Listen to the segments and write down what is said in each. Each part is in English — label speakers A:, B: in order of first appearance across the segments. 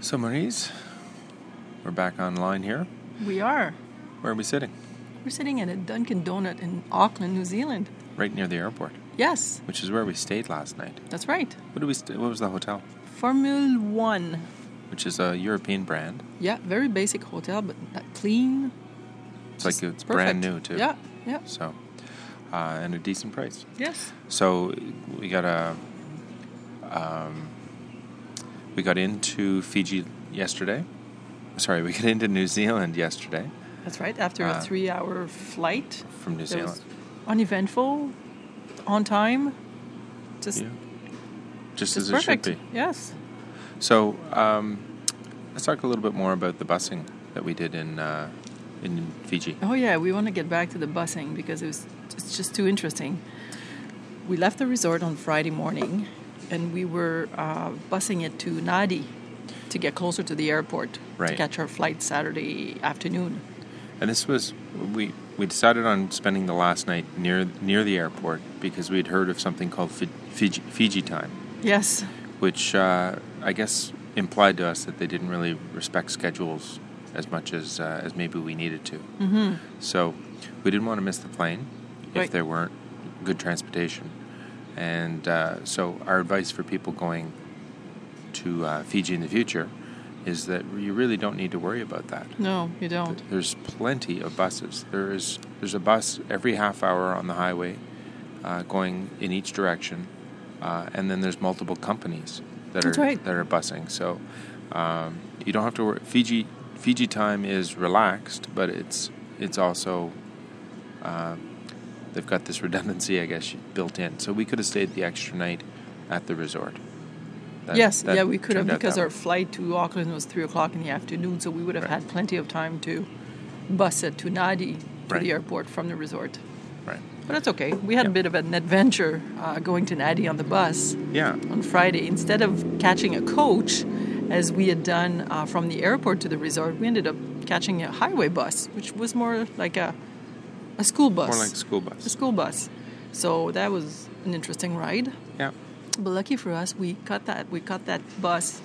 A: So, Maurice, we're back online here.
B: We are.
A: Where are we sitting?
B: We're sitting at a Dunkin' Donut in Auckland, New Zealand.
A: Right near the airport,
B: Yes,
A: which is where we stayed last night.
B: that's right.
A: What did we? St- what was the hotel?
B: Formula One.
A: Which is a European brand.
B: Yeah, very basic hotel, but that clean.
A: It's like
B: just
A: it's
B: perfect.
A: brand new too.
B: Yeah, yeah.
A: So, uh, and a decent price.
B: Yes.
A: So we got a. Um, we got into Fiji yesterday. Sorry, we got into New Zealand yesterday
B: That's right. After
A: Uh,
B: a three hour flight,
A: from New
B: that was
A: Zealand.
B: uneventful, on time. Just,
A: Yeah. Just,
B: just
A: as
B: perfect.
A: it should be.
B: Yes.
A: So um, let's talk a little bit more about the busing that we did in uh, in Fiji.
B: Oh yeah, we want to get back to the busing because it was it's just too interesting. We left the resort on Friday morning, and we were uh, busing it to Nadi to get closer to the airport to
A: Right.
B: catch our flight Saturday afternoon.
A: And this was we we decided on spending the last night near near the airport because we had heard of something called Fi- Fiji, Fiji time,
B: Yes,
A: which uh, I guess implied to us that they didn't really respect schedules as much as uh, as maybe we needed to. Mm-hmm. So we didn't want to miss the plane if
B: Right.
A: there weren't good transportation. And uh, so our advice for people going to uh, Fiji in the future is that you really don't need to worry about that.
B: no, you don't.
A: There's plenty of buses. There is there's a bus every half hour on the highway, uh, going in each direction, uh, and then there's multiple companies that
B: That's
A: are
B: right.
A: that are busing. So um, you don't have to worry. Fiji Fiji time is relaxed, but it's it's also uh, they've got this redundancy, I guess, built in. So we could have stayed the extra night at the resort. That-
B: yes,
A: that
B: yeah, we could have
A: turned out
B: because
A: that
B: our
A: way.
B: flight to Auckland was three o'clock in the afternoon, so we would have
A: Right.
B: had plenty of time to bus it to Nadi to
A: Right.
B: the airport from the resort.
A: right.
B: But that's okay. We had
A: Yeah.
B: a bit of an adventure uh, going to Nadi on the bus.
A: Yeah.
B: on Friday, instead of catching a coach as we had done uh, from the airport to the resort, we ended up catching a highway bus, which was more like a, a school bus.
A: More like school
B: a
A: bus.
B: school bus. So that was an interesting ride.
A: Yeah.
B: But lucky for us, we cut that we cut that bus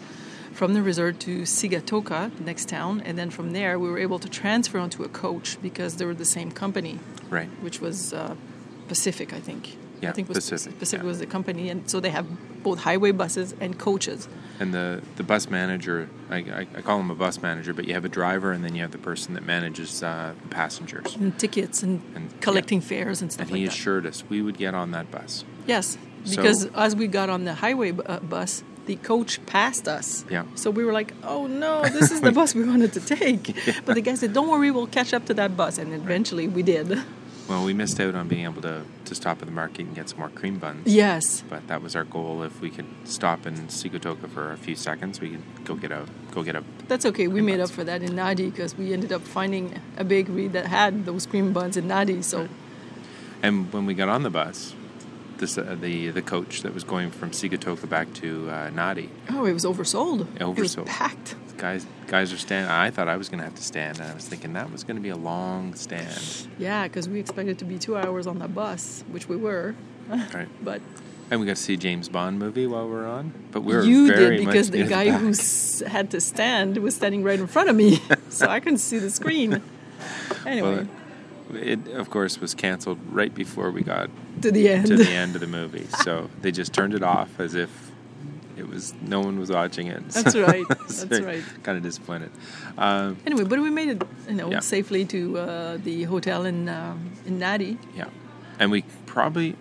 B: from the resort to Sigatoka, the next town, and then from there we were able to transfer onto a coach because they were the same company
A: Right.
B: which was uh, Pacific, I think.
A: Yeah,
B: I think it was
A: Pacific,
B: Pacific
A: yeah.
B: was the company, and so they have both highway buses and coaches.
A: And the, the bus manager, I, I, I call him a bus manager, but you have a driver and then you have the person that manages uh, the passengers.
B: And tickets and,
A: And-
B: collecting fares and stuff
A: And he
B: like that.
A: assured us we would get on that bus.
B: Yes,
A: So-
B: because as we got on the highway bu- uh, bus, the coach passed us.
A: Yeah.
B: So we were like, "Oh no, this is the bus we wanted to take." But the guy said, "Don't worry, we'll catch up to that bus," and eventually we did.
A: Well, we missed out on being able to, to stop at the market and get some more cream buns.
B: Yes.
A: But that was our goal. If we could stop in Sikotoka for a few seconds, we could go get a go get a.
B: That's okay. We made up
A: buns.
B: for that in Nadi because we ended up finding a bakery that had those cream buns in Nadi. So
A: And when we got on the bus, this uh, the the coach that was going from Sikotoka back to uh, Nadi,
B: Oh, it was oversold. It was
A: Oversold.
B: packed.
A: guys guys are standing. I thought I was going to have to stand, and I was thinking that was going to be a long stand.
B: Yeah, because we expected to be two hours on the bus, which we were.
A: Right.
B: But
A: And we got to see a James Bond movie while we were on, but we were
B: you
A: very
B: did because
A: much
B: the
A: near
B: guy
A: back.
B: who s- had to stand was standing right in front of me, so I couldn't see the screen. Anyway,
A: Well, it of course was canceled right before we got
B: to the end.
A: to the end of the movie, so they just turned it off as if it was no one was watching it.
B: That's right. That's right.
A: Kind of disappointed. Um,
B: Anyway, but we made it, you know,
A: Yeah.
B: safely to uh, the hotel in um, in Nadi.
A: yeah, and we probably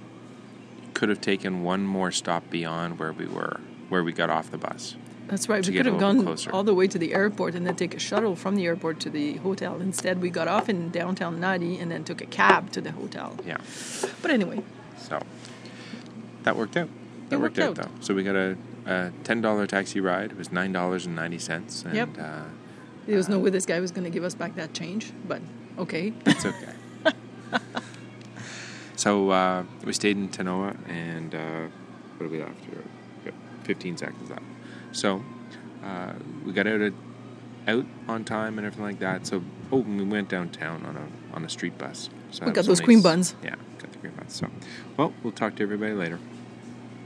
A: could have taken one more stop beyond where we were, where we got off the bus.
B: That's right.
A: To
B: we
A: get
B: could
A: a
B: have
A: little
B: gone
A: closer.
B: all the way to the airport and then take a shuttle from the airport to the hotel. Instead, we got off in downtown Nadi and then took a cab to the hotel.
A: Yeah.
B: But anyway,
A: So that worked out. That
B: It
A: worked,
B: worked
A: out,
B: out.
A: though. So we got a, a ten dollar taxi ride. It was nine dollars and ninety cents. And
B: Yep.
A: uh,
B: There was no way this guy was going to give us back that change, but okay.
A: it's okay. so uh, we stayed in Tanoa, and uh, what are we left here? We've got Fifteen seconds left. So uh, we got out at, out on time and everything like that. So oh, and we went downtown on a on a street bus. So that
B: We got
A: was
B: Oh those
A: only
B: cream
A: s-
B: buns.
A: Yeah, got the cream buns. So well, we'll talk to everybody later.